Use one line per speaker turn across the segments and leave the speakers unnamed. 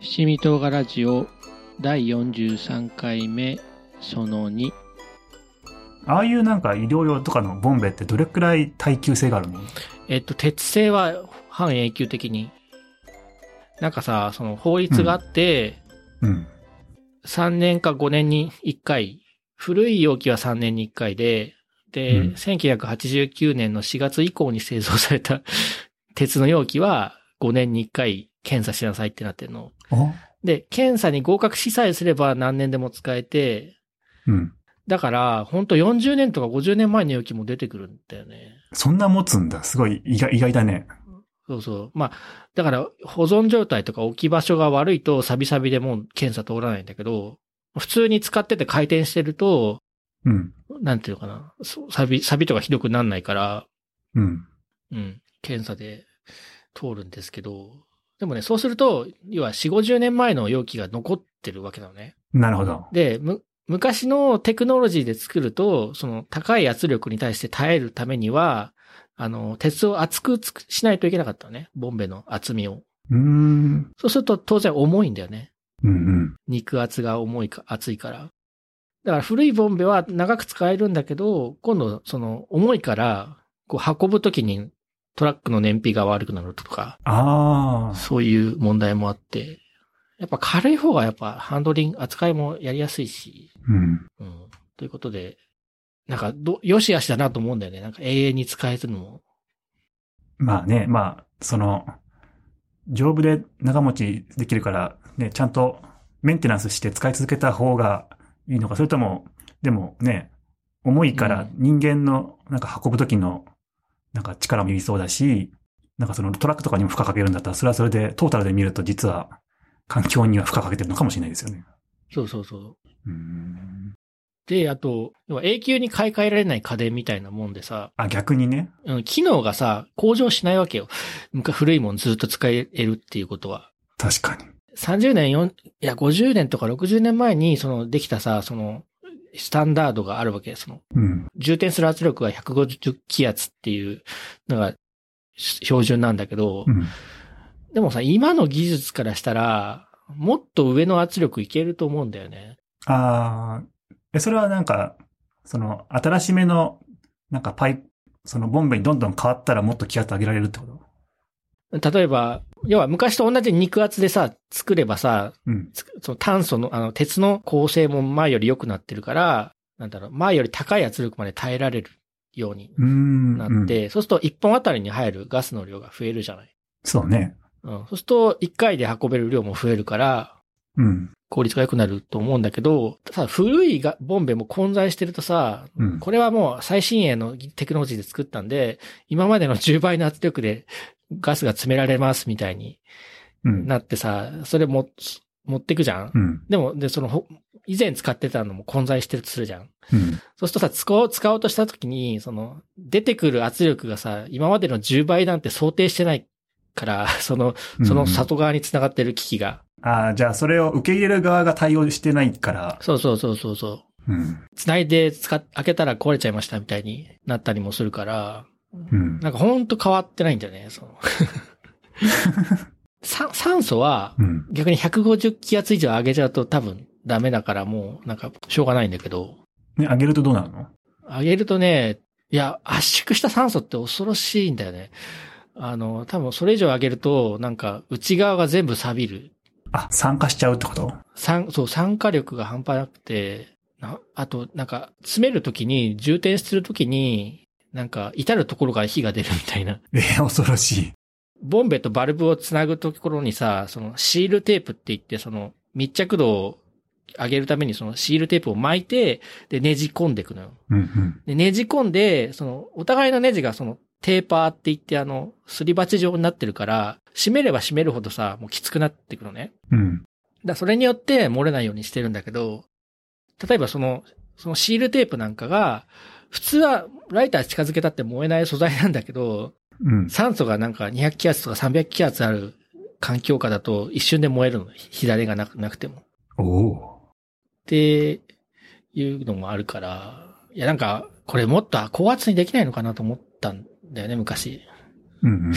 七味唐辛子を第43回目その2
ああいうなんか医療用とかのボンベってどれくらい耐久性があるの
えっと、鉄製は半永久的に。なんかさ、その法律があって、
うん。
3年か5年に1回、古い容器は3年に1回で、で、
うん
1989年の4月以降に製造された 鉄の容器は5年に1回検査しなさいってなってるの。
あ
で、検査に合格しさえすれば何年でも使えて、
うん。
だから、ほんと40年とか50年前の容器も出てくるんだよね。
そんな持つんだ。すごい意外意外だね。
そうそう。まあ、だから、保存状態とか置き場所が悪いと、サビサビでもう検査通らないんだけど、普通に使ってて回転してると、
うん。
なんていうのかな、そうサビ、サビとかひどくなんないから、
うん。
うん、検査で通るんですけど、でもね、そうすると、要は4、50年前の容器が残ってるわけなのね。
なるほど。
で、む、昔のテクノロジーで作ると、その高い圧力に対して耐えるためには、あの、鉄を厚くつくしないといけなかったのね。ボンベの厚みを。
うーん。
そうすると当然重いんだよね。
うんうん。
肉厚が重いか、厚いから。だから古いボンベは長く使えるんだけど、今度その重いから、こう運ぶときにトラックの燃費が悪くなるとか、
ああ。
そういう問題もあって、やっぱ軽い方がやっぱハンドリング、扱いもやりやすいし、
うん。
うん。ということで、なんかど、よしあしだなと思うんだよね。なんか永遠に使えるのも。
まあね、まあ、その、丈夫で長持ちできるから、ね、ちゃんとメンテナンスして使い続けた方がいいのか、それとも、でもね、重いから人間のなんか運ぶ時のなんか力もいりそうだし、なんかそのトラックとかにも負荷かけるんだったら、それはそれでトータルで見ると実は環境には負荷かけてるのかもしれないですよね。
そうそうそう。
うん。
で、あと、要は永久に買い替えられない家電みたいなもんでさ、
あ、逆にね。
うん、機能がさ、向上しないわけよ。昔古いもんずっと使えるっていうことは。
確かに。
30年、4いや、50年とか60年前に、その、できたさ、その、スタンダードがあるわけです。その、
うん。
充填する圧力が150気圧っていうのが標準なんだけど
う、ん。
でもさ、今の技術からしたら、もっと上の圧力いけると思うんだよね。
ああ、え、それはなんか、その、新しめの、なんかパイプ、そのボンベにどんどん変わったらもっと気圧上げられるってこと
例えば、要は昔と同じ肉厚でさ、作ればさ、
うん。
つその炭素の、あの、鉄の構成も前より良くなってるから、なんだろう、前より高い圧力まで耐えられるように
うーん。
なっ
うん
て、そうすると1本あたりに入るガスの量が増えるじゃない。
そうね。
うん。そうすると1回で運べる量も増えるから、
うん。
効率が良くなると思うんだけど、さ、古いがボンベも混在してるとさ、
うん。
これはもう最新鋭のテクノロジーで作ったんで、今までの10倍の圧力でガスが詰められますみたいに
うん。
なってさ、それも、持ってくじゃん
うん。
でも、で、その、ほ以前使ってたのも混在してるとするじゃん。
うん。
そうするとさ、使おう、使おうとした時に、その、出てくる圧力がさ、今までの10倍なんて想定してないから、 その、その
差
里
と
側に繋がってる機器が。
ああ、じゃあそれを受け入れる側が対応してないから。
そうそうそうそうそう。
うん。
繋いで使っ、開けたら壊れちゃいましたみたいになったりもするから、
うん。
なんかほんと変わってないんだよね、その。 酸酸素は
うん。
逆に150気圧以上上げちゃうと多分ダメだからもうなんかしょうがないんだけど、
ね、上げるとどうなるの
上げるとね、いや、圧縮した酸素って恐ろしいんだよね。あの、多分それ以上上げるとなんか内側が全部錆びる。
あ、酸化しちゃうってこと
酸、そう、酸化力が半端なくて、な、あと、なんか、詰めるときに、充填するときに、なんか、至るところから火が出るみたいな。
えー、 恐ろしい。
ボンベとバルブをつなぐところにさ、そのシールテープって言って、その密着度を上げるためにそのシールテープを巻いて、で、ねじ込んでいくのよ。
うんうん。
で、ねじ込んで、その、お互いのネジがそのテーパーって言って、あの、すり鉢状になってるから、締めれば締めるほどさ、もうきつくなってくのね。
うん。
だからそれによって漏れないようにしてるんだけど、例えばその、そのシールテープなんかが、普通はライター近づけたって燃えない素材なんだけど、
うん。
酸素がなんか200気圧とか300気圧ある環境下だと一瞬で燃えるの。火種がなくなくても。っ
おお
ていうのもあるから、いやなんか、これもっと高圧にできないのかなと思ったんだよね、昔。
ー。うんうん。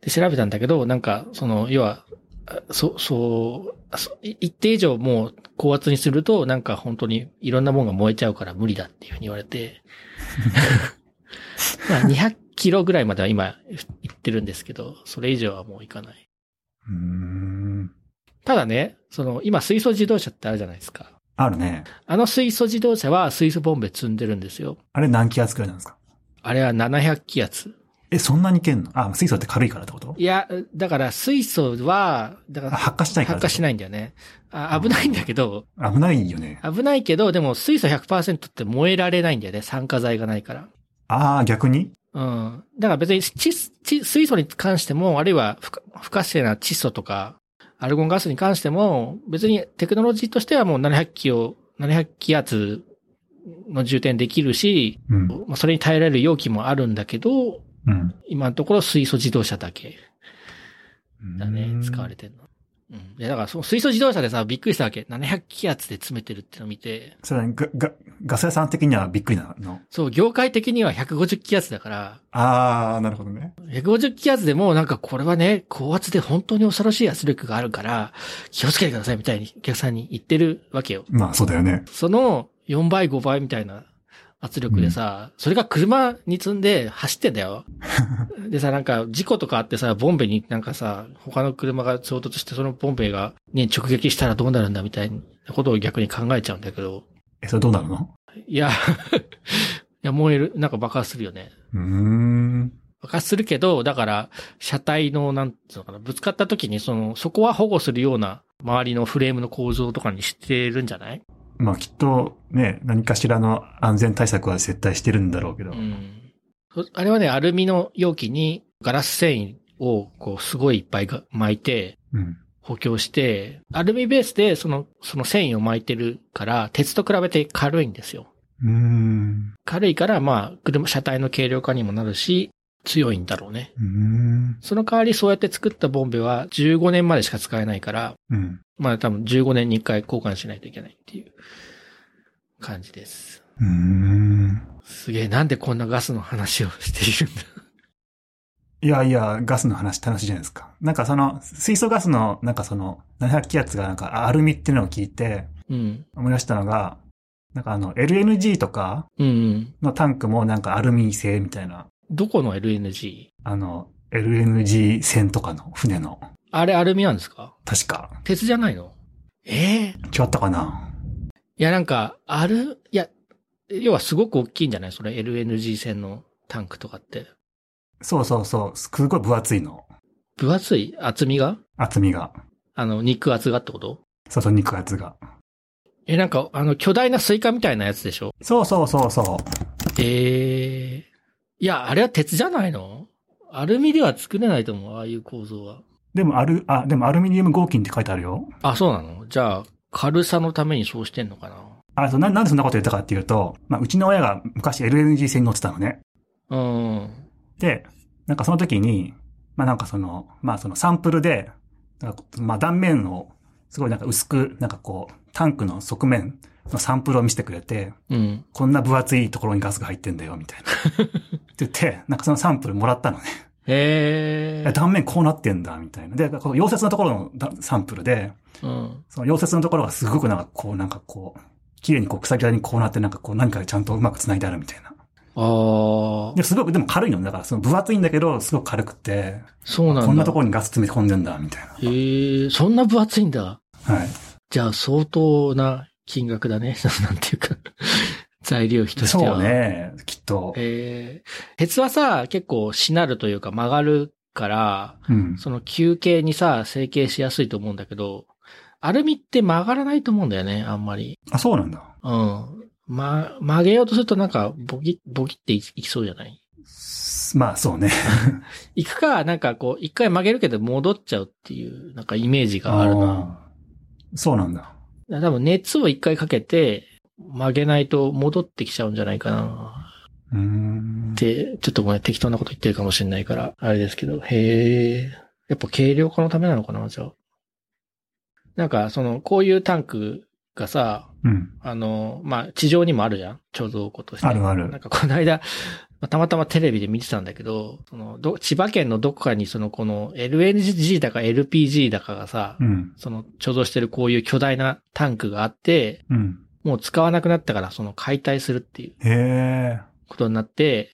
で、調べたんだけど、なんか、その、要は、そ、そう、そい一定以上もう高圧にすると、なんか本当にいろんなもんが燃えちゃうから無理だっていうふうに言われて、まあ200キロぐらいまでは今行ってるんですけど、それ以上はもう行かない。
うーん。
ただね、その今水素自動車ってあるじゃないですか。
あるね。
あの水素自動車は水素ボンベ積んでるんですよ。
あれ何気圧くらいなんですか
あれは700気圧。
え、そんなにいけんのあ、水素って軽いからってこと
いや、だから水素は、だか
あ
ら
発火し ないから
発
ってこと。
火しないんだよね。あ危ないんだけど、
危ないよね。
危ないけど、でも水素100%って燃えられないんだよね。酸化剤がないから。
ああ、逆に
うん。だから別に窒窒水素に関しても、あるいは不可不活性な窒素とか、アルゴンガスに関しても、別にテクノロジーとしてはもう700気を、700気圧の充填できるし、
うん。
まあそれに耐えられる容器もあるんだけど、
うん。
今のところ水素自動車だけだ
う
ね
ー、ん
使われてるの。うん。で、だからその水素自動車でさ、びっくりしたわけ。700気圧で詰めてるってのを見て、
それはガガガス屋さん的にはびっくりなの。
そう、業界的には150気圧だから、
ああ、なるほどね。
150気圧でもなんかこれはね、高圧で本当に恐ろしい圧力があるから、気をつけてくださいみたいにお客さんに言ってるわけよ。
まあ、そうだよね。
その4倍、5倍みたいな圧力でさ、それが車に積んで走ってんだよ。でさ、なんか事故とかあってさ、ボンベになんかさ、他の車が衝突してそのボンベが、ね、直撃したらどうなるんだみたいなことを逆に考えちゃうんだけど、
え、それどうなるの
いや、い や燃える、なんか爆発するよね。
うーん。
爆発するけど、だから、車体の、なんつうのかな、ぶつかった時に、その、そこは保護するような、周りのフレームの構造とかにしてるんじゃない
まあ、きっと、ね、何かしらの安全対策は絶対してるんだろうけど。
うん。そあれはね、アルミの容器に、ガラス繊維を、こう、すごいいっぱいが巻いて、
うん。
補強して、アルミベースで、その、その繊維を巻いてるから、鉄と比べて軽いんですよ。
うーん。
軽いから、まあ、車、車体の軽量化にもなるし、強いんだろうね。
うーん。
その代わり、そうやって作ったボンベは、15年までしか使えないから、
うん。
まあ多分15年に1回交換しないといけないっていう感じです。
うーん。
すげえ、なんでこんなガスの話をしているんだ。
いやいや、ガスの話楽しいじゃないですか。なんかその、水素ガスの、なんかその、700気圧がなんかアルミっていうのを聞いて
うん。
思い出したのが、なんかあの、LNG とか
うんうん。
のタンクもなんかアルミ製みたいな、
どこの LNG?
あの、LNG 船とかの船の、
あれアルミなんですか
確か、
鉄じゃないのええ
違ったかない
やなんか、ある、いや、要はすごく大きいんじゃないそれ LNG 線のタンクとかって。
そうそうそう、すごい分厚いの、
分厚い厚みが
厚みが。
あの、肉厚がってこと
そうそう、肉厚が。
え、なんか、あの、巨大なスイカみたいなやつでしょ
そうそうそうそ
ええいや、あれは鉄じゃないのアルミでは作れないと思う、ああいう構造は。
う。でもアル、あ、でもアルミニウム合金って書いてあるよ。
あ、そうなのじゃあ、軽さのためにそうしてんのか
あ、そうな、なんでそんなこと言ったかっていうと、まあ、うちの親が昔 LNG 船に乗ってたのね。
なうん。
で、なんかその時に、まあなんかその、まあそのサンプルで、なんかまあ断面をすごいなんか薄く、なんかこう、タンクの側面のサンプルを見せてくれて、
うん。
こんな分厚いところにガスが入ってんだよ、みたいな。 って言って、なんかそのサンプルもらったのね。
へえ。
断面こうなってんだ、みたいな。で、この溶接のところのだサンプルで、
うん。
その溶接のところがすごくなんかこう、なんかこう、綺麗にこう、鎖状にこうなって、なんかこう、何かちゃんとうまく繋いであるみたいな。
ああ
で、、すごく、でも軽いのね。だから、その分厚いんだけど、すごく軽くて、
そうなんだ。
こんなところにガス詰め込んでんだ、みたい
へえ、そんな分厚いんだ。
な。はい。
じゃあ、相当な金額だね。 なんていうか、材料費としては。
そう。ね、きっと。
ええ鉄はさ、結構しなるというか曲がるから、
うん。
その球形にさ、成形しやすいと思うんだけど、アルミって曲がらないと思うんだよね、あんまり。
あ、そうなんだ。
うん。ま、曲げようとするとなんか、ボキ、ボキっていいきそうじゃない
すまあ、そうね。
行くか、なんかこう、一回曲げるけど戻っちゃうっていう、なんかイメージがあるな。
あーそうなんだ。
だから多分熱を一回かけて、曲げないと戻ってきちゃうんじゃないかな。
うーん
っ。て、ちょっとごめん、適当なこと言ってるかもしれないから、あれですけど、へえ。やっぱ軽量化のためなのかな、じゃあ。なんか、その、こういうタンクがさ、
うん。
あの、まあ、地上にもあるじゃん貯蔵庫として。
ある
な
あ
ん
る。
かこの間、まあたまたまテレビで見てたんだけど、そのど千葉県のどこかにそのこの LNG だか LPG だかがさ、
うん。
その貯蔵してるこういう巨大なタンクがあって、
うん。
もう使わなくなったからその解体するっていう
へえ。
ことになって、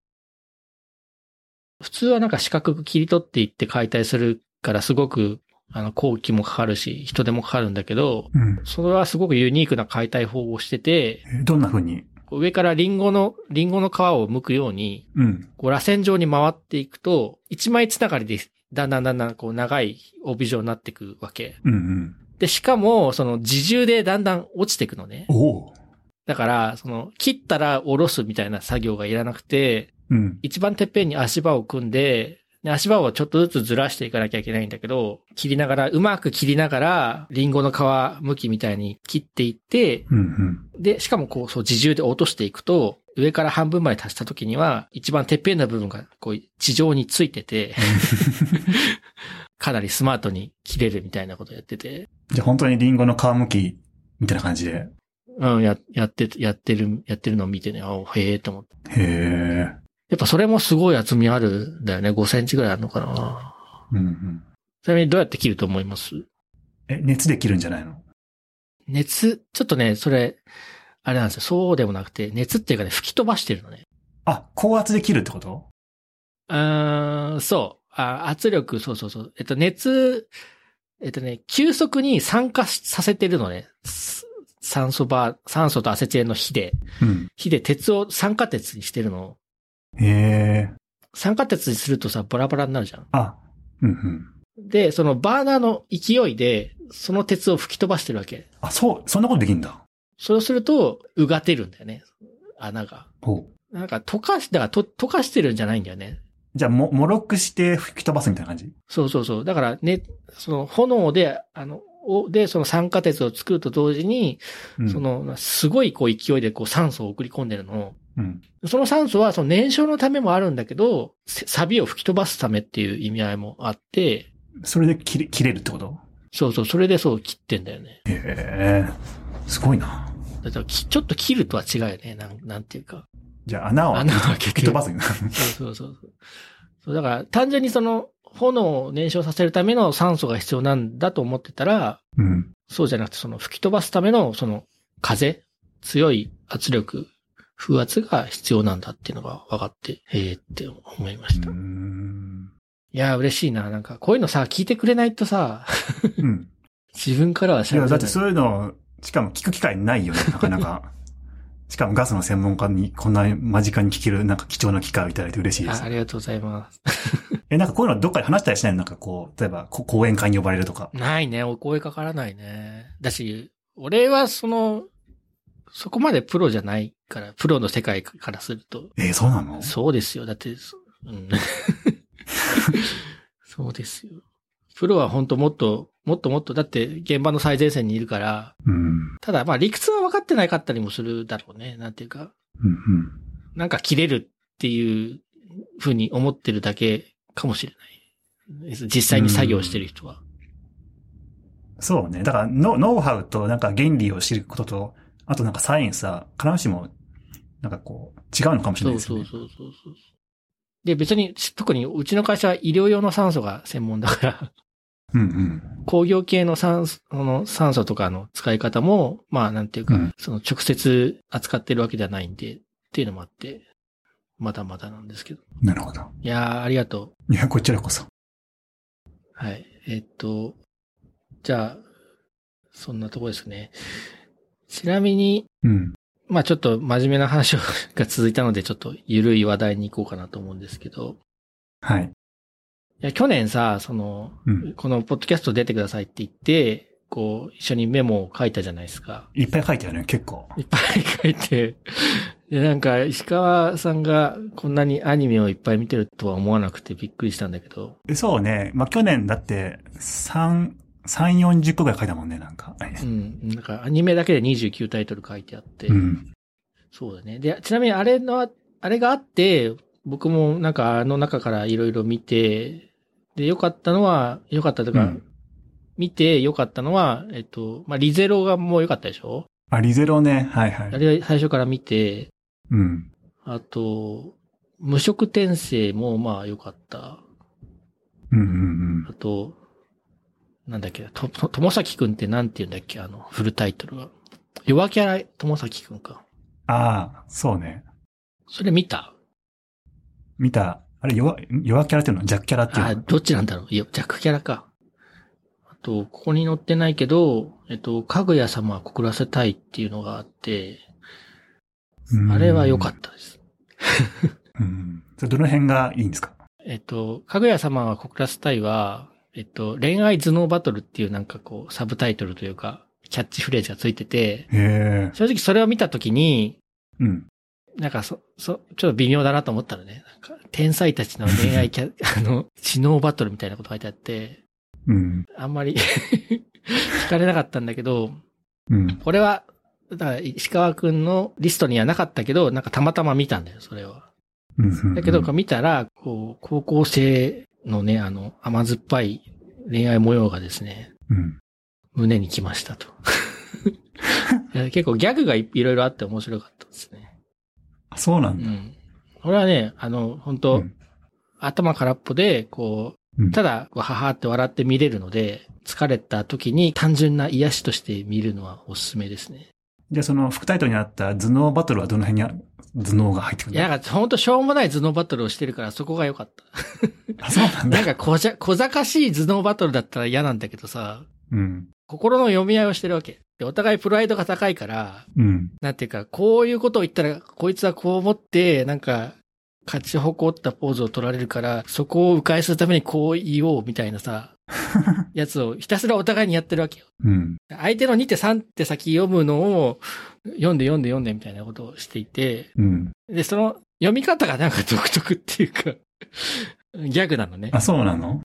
普通はなんか四角く切り取っていって解体するからすごく、あの、工期もかかるし、人手もかかるんだけど、
うん。
それはすごくユニークな解体法をしてて、
えどんな風に
こう上からリンゴの、リンゴの皮を剥くように、
うん。
こう、螺旋状に回っていくと、一枚つながりで、だんだんだんだん、こう、長い帯状になっていくわけ。
うんうん。
で、しかも、その、自重でだんだん落ちていくのね。
おお。
だから、その、切ったら下ろすみたいな作業がいらなくて、
うん。
一番てっぺんに足場を組んで、で足場をちょっとずつずらしていかなきゃいけないんだけど、切りながら、うまく切りながら、リンゴの皮向きみたいに切っていって、
うんうん。
で、しかもこう、そう、自重で落としていくと、上から半分まで足した時には、一番てっぺんの部分が、こう、地上についてて、かなりスマートに切れるみたいなことやってて、
じゃあ本当にリンゴの皮むきみたいな感じで。
うん、や、やって、やってる、やってるのを見てね、あへえと思って。
へえ。
やっぱそれもすごい厚みあるんだよね。5センチぐらいあるのかな。
うんうん。
ちなみにどうやって切ると思います
え、熱で切るんじゃないの
熱、ちょっとね、それ、あれなんですよ。そうでもなくて、熱っていうかね、吹き飛ばしてるのね。
あ、高圧で切るってこと
うーん、そう。あ圧力、そうそうそう。えっと、熱、えっとね、急速に酸化しさせてるのね。す酸素バー、酸素とアセチレンの火で、
うん。
火で鉄を酸化鉄にしてるの。
へえ。
酸化鉄にするとさ、バラバラになるじゃん。
あ、うんうん。
で、そのバーナーの勢いで、その鉄を吹き飛ばしてるわけ。
あ、そう、そんなことできんだ。
そうすると、うがてるんだよね。穴が。
ほう。
なんか溶かし、だからと溶かしてるんじゃないんだよね。
じゃあ、も、もろくして吹き飛ばすみたいな感じ
そうそうそう。だからね、その炎で、あの、おで、その酸化鉄を作ると同時に、
うん。
そ、の、すごいこう勢いでこう酸素を送り込んでるの
うん。
を、その酸素はその燃焼のためもあるんだけど、せ錆を吹き飛ばすためっていう意味合いもあって、
それで切れ、切れるってこと
そうそう、それでそう切ってんだよね。
へえ。すごいな。
だからきちょっと切るとは違うよね。なん、なんていうか。
じゃあ、穴を
穴を開けて
吹き飛ばす。
そうそうそう。そうだから、単純にその、炎を燃焼させるための酸素が必要なんだと思ってたら、
うん。
そうじゃなくて、その吹き飛ばすための、その風、強い圧力、風圧が必要なんだっていうのが分かって、へえって思いました。
うー
い
ん。
やー、嬉しいな。なんか、こういうのさ、聞いてくれないとさ、
うん。
自分からはい知ら
や、
ない。
だってそういうの、しかも聞く機会な いよね、なかなか。しかもガスの専門家にこんな間近に聞ける、なんか貴重な機会をいただいて嬉しいで
あ
す
あ。りがとうございます。
え、なんかこういうのどっかで話したりしないのなんかこう、例えばこ講演会に呼ばれるとか。
ないね。お声かからないね。だし、俺はその、そこまでプロじゃないから、プロの世界からすると、
えーそうなの
そうですよ。だって、そうん、 そうですよ。プロは本当もっと、もっともっと、だって現場の最前線にいるから、
うん。
ただまあ理屈は分かってなかったりもするだろうね。なんていうか、
うん、うん。
なんか切れるっていうふうに思ってるだけかもしれない。実際に作業してる人は。
そうね。だからノ、ノウハウとなんか原理を知ることと、あとなんかサイエンスは、必ずしも、なんかこう、違うのかもしれない
そう
です
そ
よね。
うそうそうそう。で、別に、特にうちの会社は医療用の酸素が専門だから、
うん
工業系の酸素、その酸素とかの使い方も、まあなんていうか、
うん
その直接扱ってるわけじゃないんで、っていうのもあって、まだまだなんですけど。
うん。なるほど。
いやー、ありがと
いや、こちらこそ。
う。はい。えっと、じゃあ、そんなとこですね。ちなみに、
うん。
まあちょっと真面目な話をが続いたので、ちょっと緩い話題に行こうかなと思うんですけど、
はい。
いや、去年さ、その、
うん。
このポッドキャスト出てくださいって言って、こう、一緒にメモを書いたじゃないですか。
いっぱい書いてあるね、結構。
いっぱい書いて、で、なんか、石川さんがこんなにアニメをいっぱい見てるとは思わなくてびっくりしたんだけど、
そうね。まあ、去年だって、3、3、40個ぐらい書いたもんね、なんか。
うん、なんかアニメだけで29タイトル書いてあって、
うん。
そうだね。で、ちなみにあれの、あれがあって、僕もなんかあの中からいろいろ見て、で、良かったのは、良かったとか、
うん
見て良かったのは、えっと、まあ、リゼロがもう良かったでしょ
あ、リゼロね。はいは
あ
い。
れは最初から見て、
うん。
あと、無色転生もまあ良かった。
うんうん
あと、なんだっけ、と、と、ともさきくんってなんて言うんだっけ、あの、フルタイトルは。弱キャラ、ともさきくんか。
ああ、そうね。
それ見た
見た。あれ、弱、弱キャラっていうの弱キャラっていう
あ、
の
どっちなんだろういや、弱キャラか。あと、ここに載ってないけど、えっと、かぐや様は告らせたいっていうのがあって、
うん
あれは良かったです。
うん。それどの辺がいいんですか
えっと、かぐや様は告らせたいは、えっと、恋愛頭脳バトルっていうなんかこう、サブタイトルというか、キャッチフレーズがついてて、
へえ。
正直それを見たときに、
うん。
なんかそ、そ、ちょっと微妙だなと思ったらね、なんか、天才たちの恋愛 キャ、あの、知能バトルみたいなこと書いてあって、
うん。
あんまり、 惹かれなかったんだけど、
うん。
これは、だから石川くんのリストにはなかったけど、なんかたまたま見たんだよ、それは。
うんうん。
だけど、
う
こうん見たら、こう、高校生のね、あの、甘酸っぱい恋愛模様がですね、
うん。
胸に来ました と。いや結構ギャグがいいろいろあって面白かったですね。
あそうな
うん
だ。
ん。これはね、あの、本当、
うん
頭空っぽで、こ
うん
う、ただ、わははって笑って見れるので、疲れた時に単純な癒しとして見るのはおすすめですね。
じゃあ、その副タイトルにあった頭脳バトルはどの辺にあ頭脳が入ってく
い
る
や、
の
なんか、ほんとしょうもない頭脳バトルをしてるから、そこが良かった。
あ、そうなんだ
な。んか、小じゃ、小賢しい頭脳バトルだったら嫌なんだけどさ、
うん。
心の読み合いをしてるわけ。で、お互いプライドが高いから、
うん。
なんていうか、こういうことを言ったら、こいつはこう思って、なんか、勝ち誇ったポーズを取られるから、そこを迂回するためにこう言おうみたいなさ、やつをひたすらお互いにやってるわけよ。
うん。
相手の2手3手先読むのを、読んで読んで読んでみたいなことをしていて、
うん。
で、その読み方がなんか独特っていうか、ギャグなのね。
あ、そうな の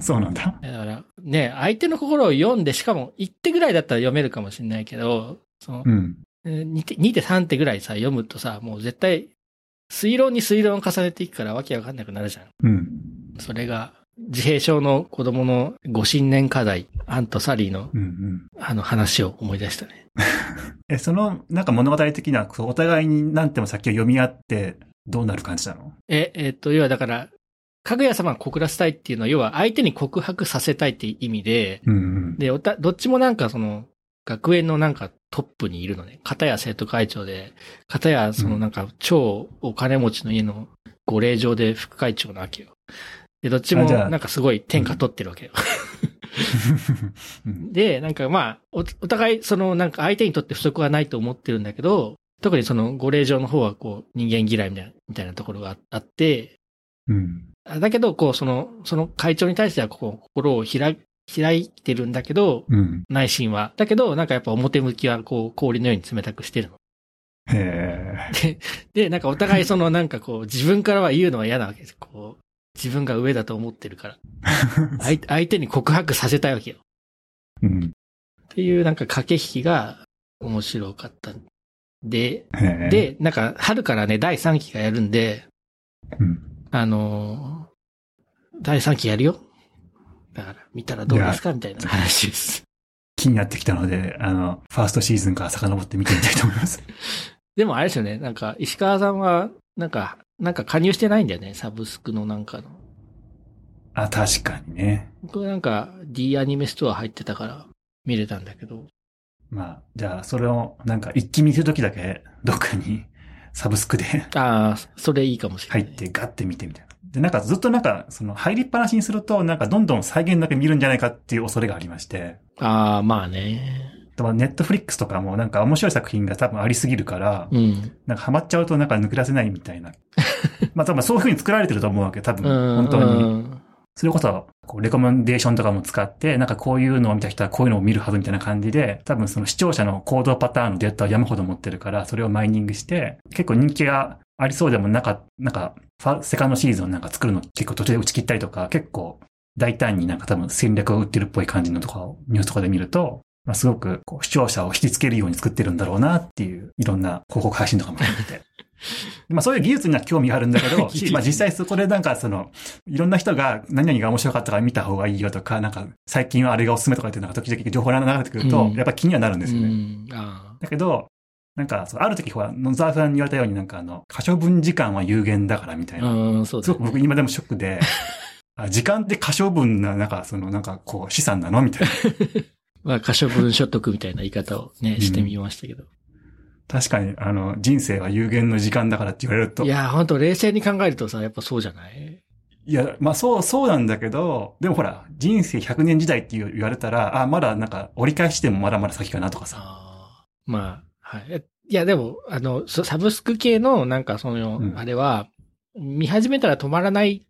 そうなんだ。
だから、ね、相手の心を読んで、しかも1手ぐらいだったら読めるかもしれないけど、その
うん。
2手、2手3手ぐらいさ、読むとさ、もう絶対、推論に推論を重ねていくからわけわかんなくなるじゃん。
うん。
それが、自閉症の子供のご新年課題、アンとサリーの
うん。うん。
あの話を思い出したね。
え、その、なんか物語的な、こうお互いに何ても先を読み合って、どうなる感じなの
え、えっと、要はだから、かぐや様を告らせたいっていうのは、要は相手に告白させたいって意味で、
うんうん。
で、おた、どっちもなんかその、学園のなんかトップにいるのね。片や生徒会長で、片やそのなんか超お金持ちの家のご令嬢で副会長なわけよ。で、どっちも
あじゃあ
なんかすごい天下取ってるわけよ。
うん
で、なんかまあ、お、お互いそのなんか相手にとって不足はないと思ってるんだけど、特にそのご令嬢の方はこう人間嫌いみたいな、みたいなところがああって、
うん。
あだけど、こう、その、その会長に対しては、こう、心を開、開いてるんだけど、
うん。
内心は。だけど、なんかやっぱ表向きは、こう、氷のように冷たくしてるの。
へえ。
で、なんかお互いその、なんかこう、自分からは言うのは嫌なわけです。こう、自分が上だと思ってるから。相相手に告白させたいわけよ。
うん。
っていう、なんか駆け引きが面白かった。で、
へえ、
で、なんか、春からね、第3期がやるんで、
うん。
あのー第3期やるよ。だから、見たらどうですかみたいな話です。
気になってきたので、あの、ファーストシーズンから遡って見てみたいと思います。
でもあれですよね、なんか、石川さんは、なんか、なんか加入してないんだよね、サブスクのなんかの。
あ、確かにね。
僕なんか、D アニメストア入ってたから、見れたんだけど。
まあ、じゃあ、それを、なんか、一気見するときだけ、どっかに、 サブスクで
ああ、それいいかもしれな
入
い。
って、ガッて見てみたいな。で、なんか、ずっとなんか、その、入りっぱなしにすると、なんか、どんどん再現だけ見るんじゃないかっていう恐れがありまして、
ああ、まあね。
でもネットフリックスとかも、なんか、面白い作品が多分ありすぎるから、
うん。
なんか、ハマっちゃうと、なんか、抜け出せないみた いな。まあ、多分、そういうふうに作られてると思うわけ、多分、
うん。
本当に。
に。
それこそ、こうレコメンデーションとかも使って、なんかこういうのを見た人はこういうのを見るはずみたいな感じで、多分その視聴者の行動パターンのデータを山ほど持ってるから、それをマイニングして、結構人気がありそうでもなんか、なんか、ファセカンドシーズンなんか作るの結構途中で打ち切ったりとか、結構大胆になんか多分戦略を打ってるっぽい感じのとかをニュースとかで見ると、まあ、すごくこう視聴者を引きつけるように作ってるんだろうなっていう、いろんな広告配信とかも含めて。 まあそういう技術には興味があるんだけど、しまあ実際そこでなんかその、いろんな人が何々が面白かったから見た方がいいよとか、なんか最近はあれがおすすめとかっていうのが時々情報が流れてくると、
うん
やっぱ気にはなるんですよね。
うん。あ
だけど、なんか、そうある時、ほら、野沢さんに言われたように、なんかあの、可処分時間は有限だからみたいな。
うん、そう
す
だ
ご
よね、
く僕今でもショック で、あ時間って可処分な、なんか、その、なんか、こう、資産なのみたいな。
まあ、可処分所得みたいな言い方をね、してみましたけど。
確かに、あの、人生は有限の時間だからって言われると。
いや、本当冷静に考えるとさ、やっぱそうじゃない
いや、まあそう、そうなんだけど、でもほら、人生100年時代って言われたら、あ、まだなんか折り返してもまだまだ先かなとかさ。
ああ。まあ、はい。えいや、でも、あの、そサブスク系の、なんかその、
うん
あれは、見始めたら止まらない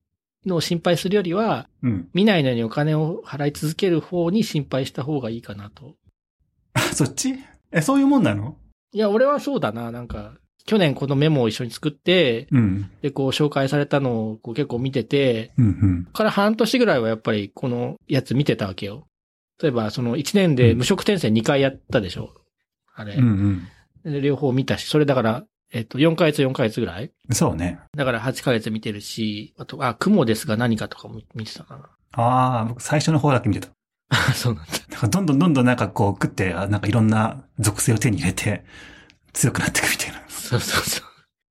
のを心配するよりは、
うん。
見ないのにお金を払い続ける方に心配した方がいいかなと。
あ そっちえ、そういうもんなの
いや、俺はそうだな、なんか、去年このメモを一緒に作って、
うん。
で、こう紹介されたのをこう結構見てて、
うん、うん。
から半年ぐらいはやっぱりこのやつ見てたわけよ。例えば、その1年で無職転生2回やったでしょ。あれ
う。ん、
で両方見たし、それだから、えっと、4ヶ月4ヶ月ぐらい
うん。そうね。
だから8ヶ月見てるし、あと、あ、雲ですが何かとかも見てたな。
ああ、僕最初の方だけ見てた。
そうなんだ。
なんかどんどんどんどんなんかこう食って、あなんかいろんな属性を手に入れて、強くなっていくみたいな。
そうそうそ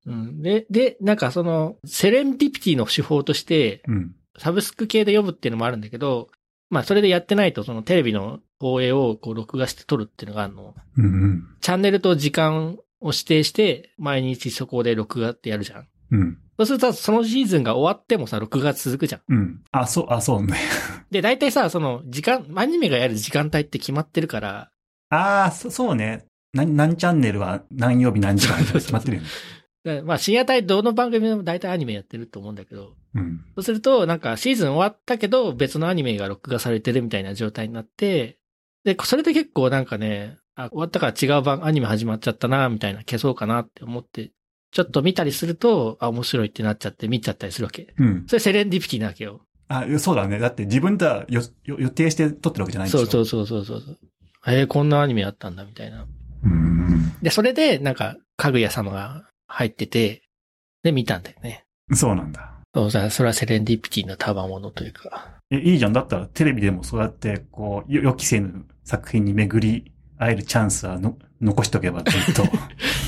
う。うん、で、で、なんかその、セレンディピティの手法として、
うん。
サブスク系で読むっていうのもあるんだけど、まあ、それでやってないと、そのテレビの放映をこう、録画して撮るっていうのがあるの。
うん、うん。
チャンネルと時間を指定して、毎日そこで録画ってやるじゃん。
うん。
そうすると、そのシーズンが終わってもさ、録画続くじゃん。
うん。あ、そう、あ、そうね。
で、大体さ、その、時間、アニメがやる時間帯って決まってるから、
ああ、そそうね。何、何チャンネルは何曜日何時間みたいなの決まってるよね。
でまあ、深夜帯どの番組でも大体アニメやってると思うんだけど、
うん。
そうすると、なんか、シーズン終わったけど、別のアニメが録画されてるみたいな状態になって、で、それで結構なんかね、あ、終わったから違う番、アニメ始まっちゃったな、みたいな、消そうかなって思って、ちょっと見たりすると、あ、面白いってなっちゃって見ちゃったりするわけ。
うん。
それセレンディピティなわけよ。
あ、そうだね。だって自分ではよよ予定して撮ってるわけじゃないん
そ
でしょ
うそうそうそうそう。えー、こんなアニメあったんだ、みたいな。
うん。
で、それで、なんか、かぐや様が入ってて、で、見たんだよね。
そうなんだ。
そうさ、それはセレンディピティの賜物というか。
え、いいじゃん。だったらテレビでもそうやって、こう、よ予期せぬ作品に巡り会えるチャンスはの残しとけばず っと。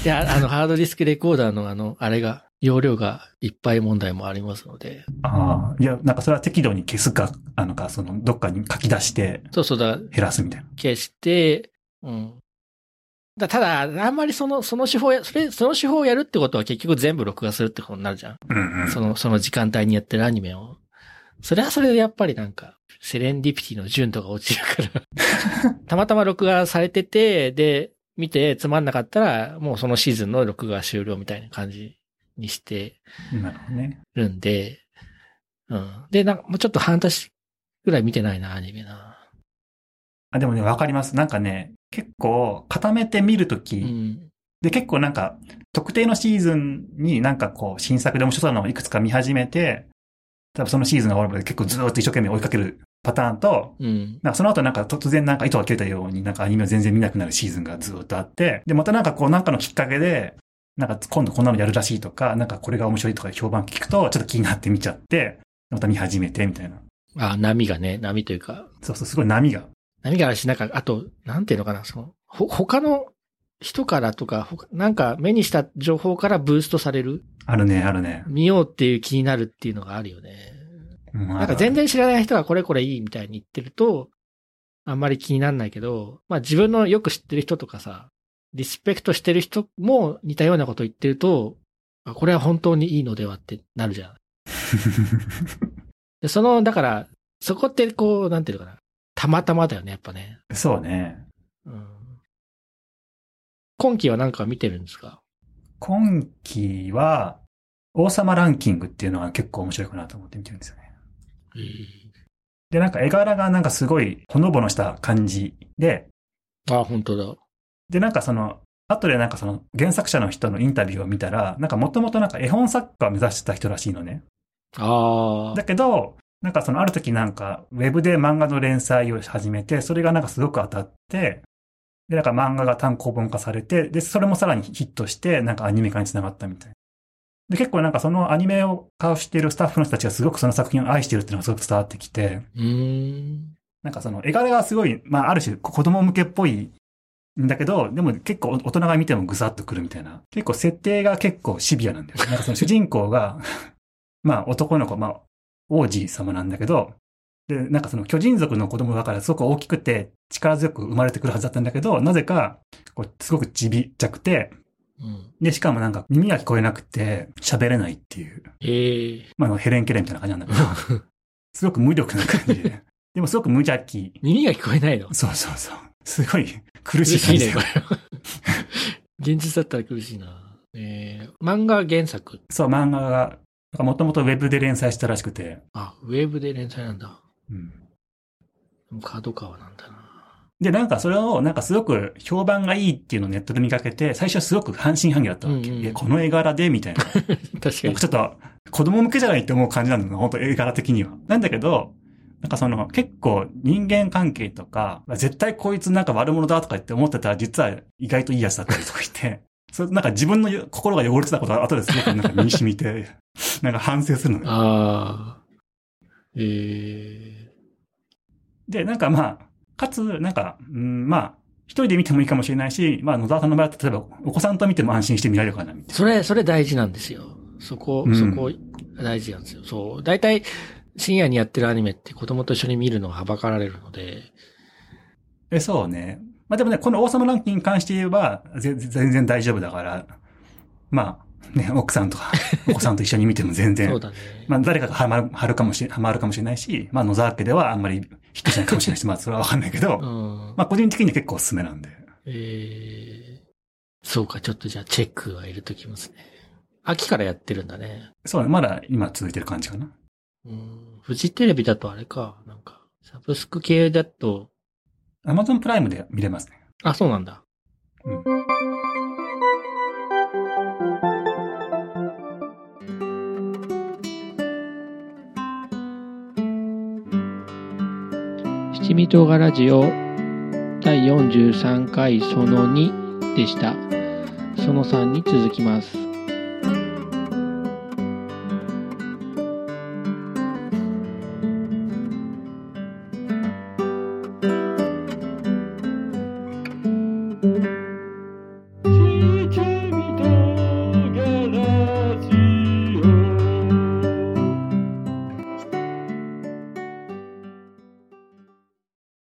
で、ああ の、ハードディスクレコーダーのあの、あれが、容量がいっぱい問題もありますので。
ああ。いや、なんかそれは適度に消すか、あのか、その、どっかに書き出して
そうそうだ、
減らすみたいな。
消して、うん。だただ、あんまりその、その手法や、それ、その手法をやるってことは結局全部録画するってことになるじゃん。
うんうん
その、その時間帯にやってるアニメを。それはそれでやっぱりなんか、セレンディピティの順とか落ちるから。たまたま録画されてて、で、見てつまんなかったら、もうそのシーズンの録画終了みたいな感じにして
なるほどね。
るんで、うん。で、なんかもうちょっと半年ぐらい見てないな、アニメな。
あ、でもね、わかります。なんかね、結構固めて見るとき、
うん。
で、結構なんか、特定のシーズンになんかこう、新作で面白そうなのをいくつか見始めて、多分そのシーズンが終わるまで結構ずーっと一生懸命追いかけるパターンと、
うん。
なんかその後なんか突然なんか糸が切れたようになんかアニメを全然見なくなるシーズンがずーっとあって、で、またなんかこうなんかのきっかけで、なんか今度こんなのやるらしいとか、なんかこれが面白いとか評判聞くとちょっと気になって見ちゃって、また見始めてみたいな。
あ、波がね、波というか、
そうそう、すごい波が。
何があるし、なんか、あと、なんていうのかな、その、ほ、他の人からとか、ほかなんか目にした情報からブーストされる、
あるね、あるね。
見ようっていう気になるっていうのがあるよね。
うん
なんか全然知らない人がこれこれいいみたいに言ってると、あんまり気にならないけど、まあ自分のよく知ってる人とかさ、リスペクトしてる人も似たようなこと言ってると、あこれは本当にいいのではってなるじゃん。でその、だから、そこってこう、なんていうのかな、たまたまだよね、やっぱね。
そうね。
うん今期は何か見てるんですか
今期は、王様ランキングっていうのが結構面白いかなと思って見てるんですよね。で、なんか絵柄がなんかすごいほのぼのした感じで、
あ、本当だ。
で、なんかその、後でなんかその原作者の人のインタビューを見たら、なんかもともとなんか絵本作家を目指してた人らしいのね。
あ
だけど、なんかそのある時なんかウェブで漫画の連載を始めて、それがなんかすごく当たって、で、なんか漫画が単行本化されて、で、それもさらにヒットして、なんかアニメ化につながったみたいな。で、結構なんかそのアニメを化しているスタッフの人たちがすごくその作品を愛してるっていうのがすごく伝わってきて、
うーん。
なんかその絵柄がすごい、まあある種子供向けっぽいんだけど、でも結構大人が見てもぐさっとくるみたいな。結構設定が結構シビアなんだよね。なんかその主人公が、 まあ男の子、まあ王子様なんだけど、で、なんかその巨人族の子供だからすごく大きくて力強く生まれてくるはずだったんだけど、なぜか、こう、すごくちびちゃくて、
うん。
で、しかもなんか耳が聞こえなくて喋れないっていう、
ええ
まああのヘレン・ケレンみたいな感じなんだけ ど、すごく無力な感じで。でもすごく無邪気。
耳が聞こえないの
そうそうそう。すごい苦
苦
しい
し
感
い
じ
ね、
で
こ。 れ。現実だったら苦しいな。えー、漫画原作。
そう、漫画が、もともとウェブで連載したらしくて、
あ、ウェブで連載なんだ。
うん
でもカードカーはなんだな。
で、なんかそれを、なんかすごく評判がいいっていうのをネットで見かけて、最初はすごく半信半疑だったわけ。
うんうん
いやこの絵柄で、みたいな。
確か
なん
に
か。ちょっと、子供向けじゃないって思う感じなんだな、本当絵柄的には。なんだけど、なんかその、結構人間関係とか、絶対こいつなんか悪者だとか言って思ってたら、実は意外といいやつだったりとかして、 それなんか自分のよ心が汚れてたことは後ですごくなんか身に染みて、 なんか反省するのね。
ああ。え
で、なんかまあ、かつ、なんか、うん、まあ、一人で見てもいいかもしれないし、まあ、野沢さんの場合だと、例えば、お子さんと見ても安心して見られるかな、み
ー、
たい
それ、それ大事なんですよ。そこ
う、ん
そこ、大事なんですよ。そう。大体、深夜にやってるアニメって子供と一緒に見るのがはばかられるので、
な。え、そうね。まあでもね、この王様ランキングに関して言えば、ぜ全然大丈夫だから、まあ、ね、奥さん とか、お子さんと一緒に見ても全
そう
然、
だね。
まあ、誰かがハマる、はるかもしれ、はまるかもしれないし、まあ、野沢家ではあんまりヒットしないかもしれないし、まあ、それはわかんないけど、
うん。
まあ、個人的には結構おすすめなんで。
えー、そうか、ちょっとじゃあチェックは入れときますね。秋からやってるんだね。
そうね、まだ今続いてる感じかな。
うん。フジテレビだとあれか、なんか、サブスク系だと、
アマゾンプライムで見れますね。
あ、そうなんだ。
うん
七味唐辛ラジオ第43回その2でしたその3に続きます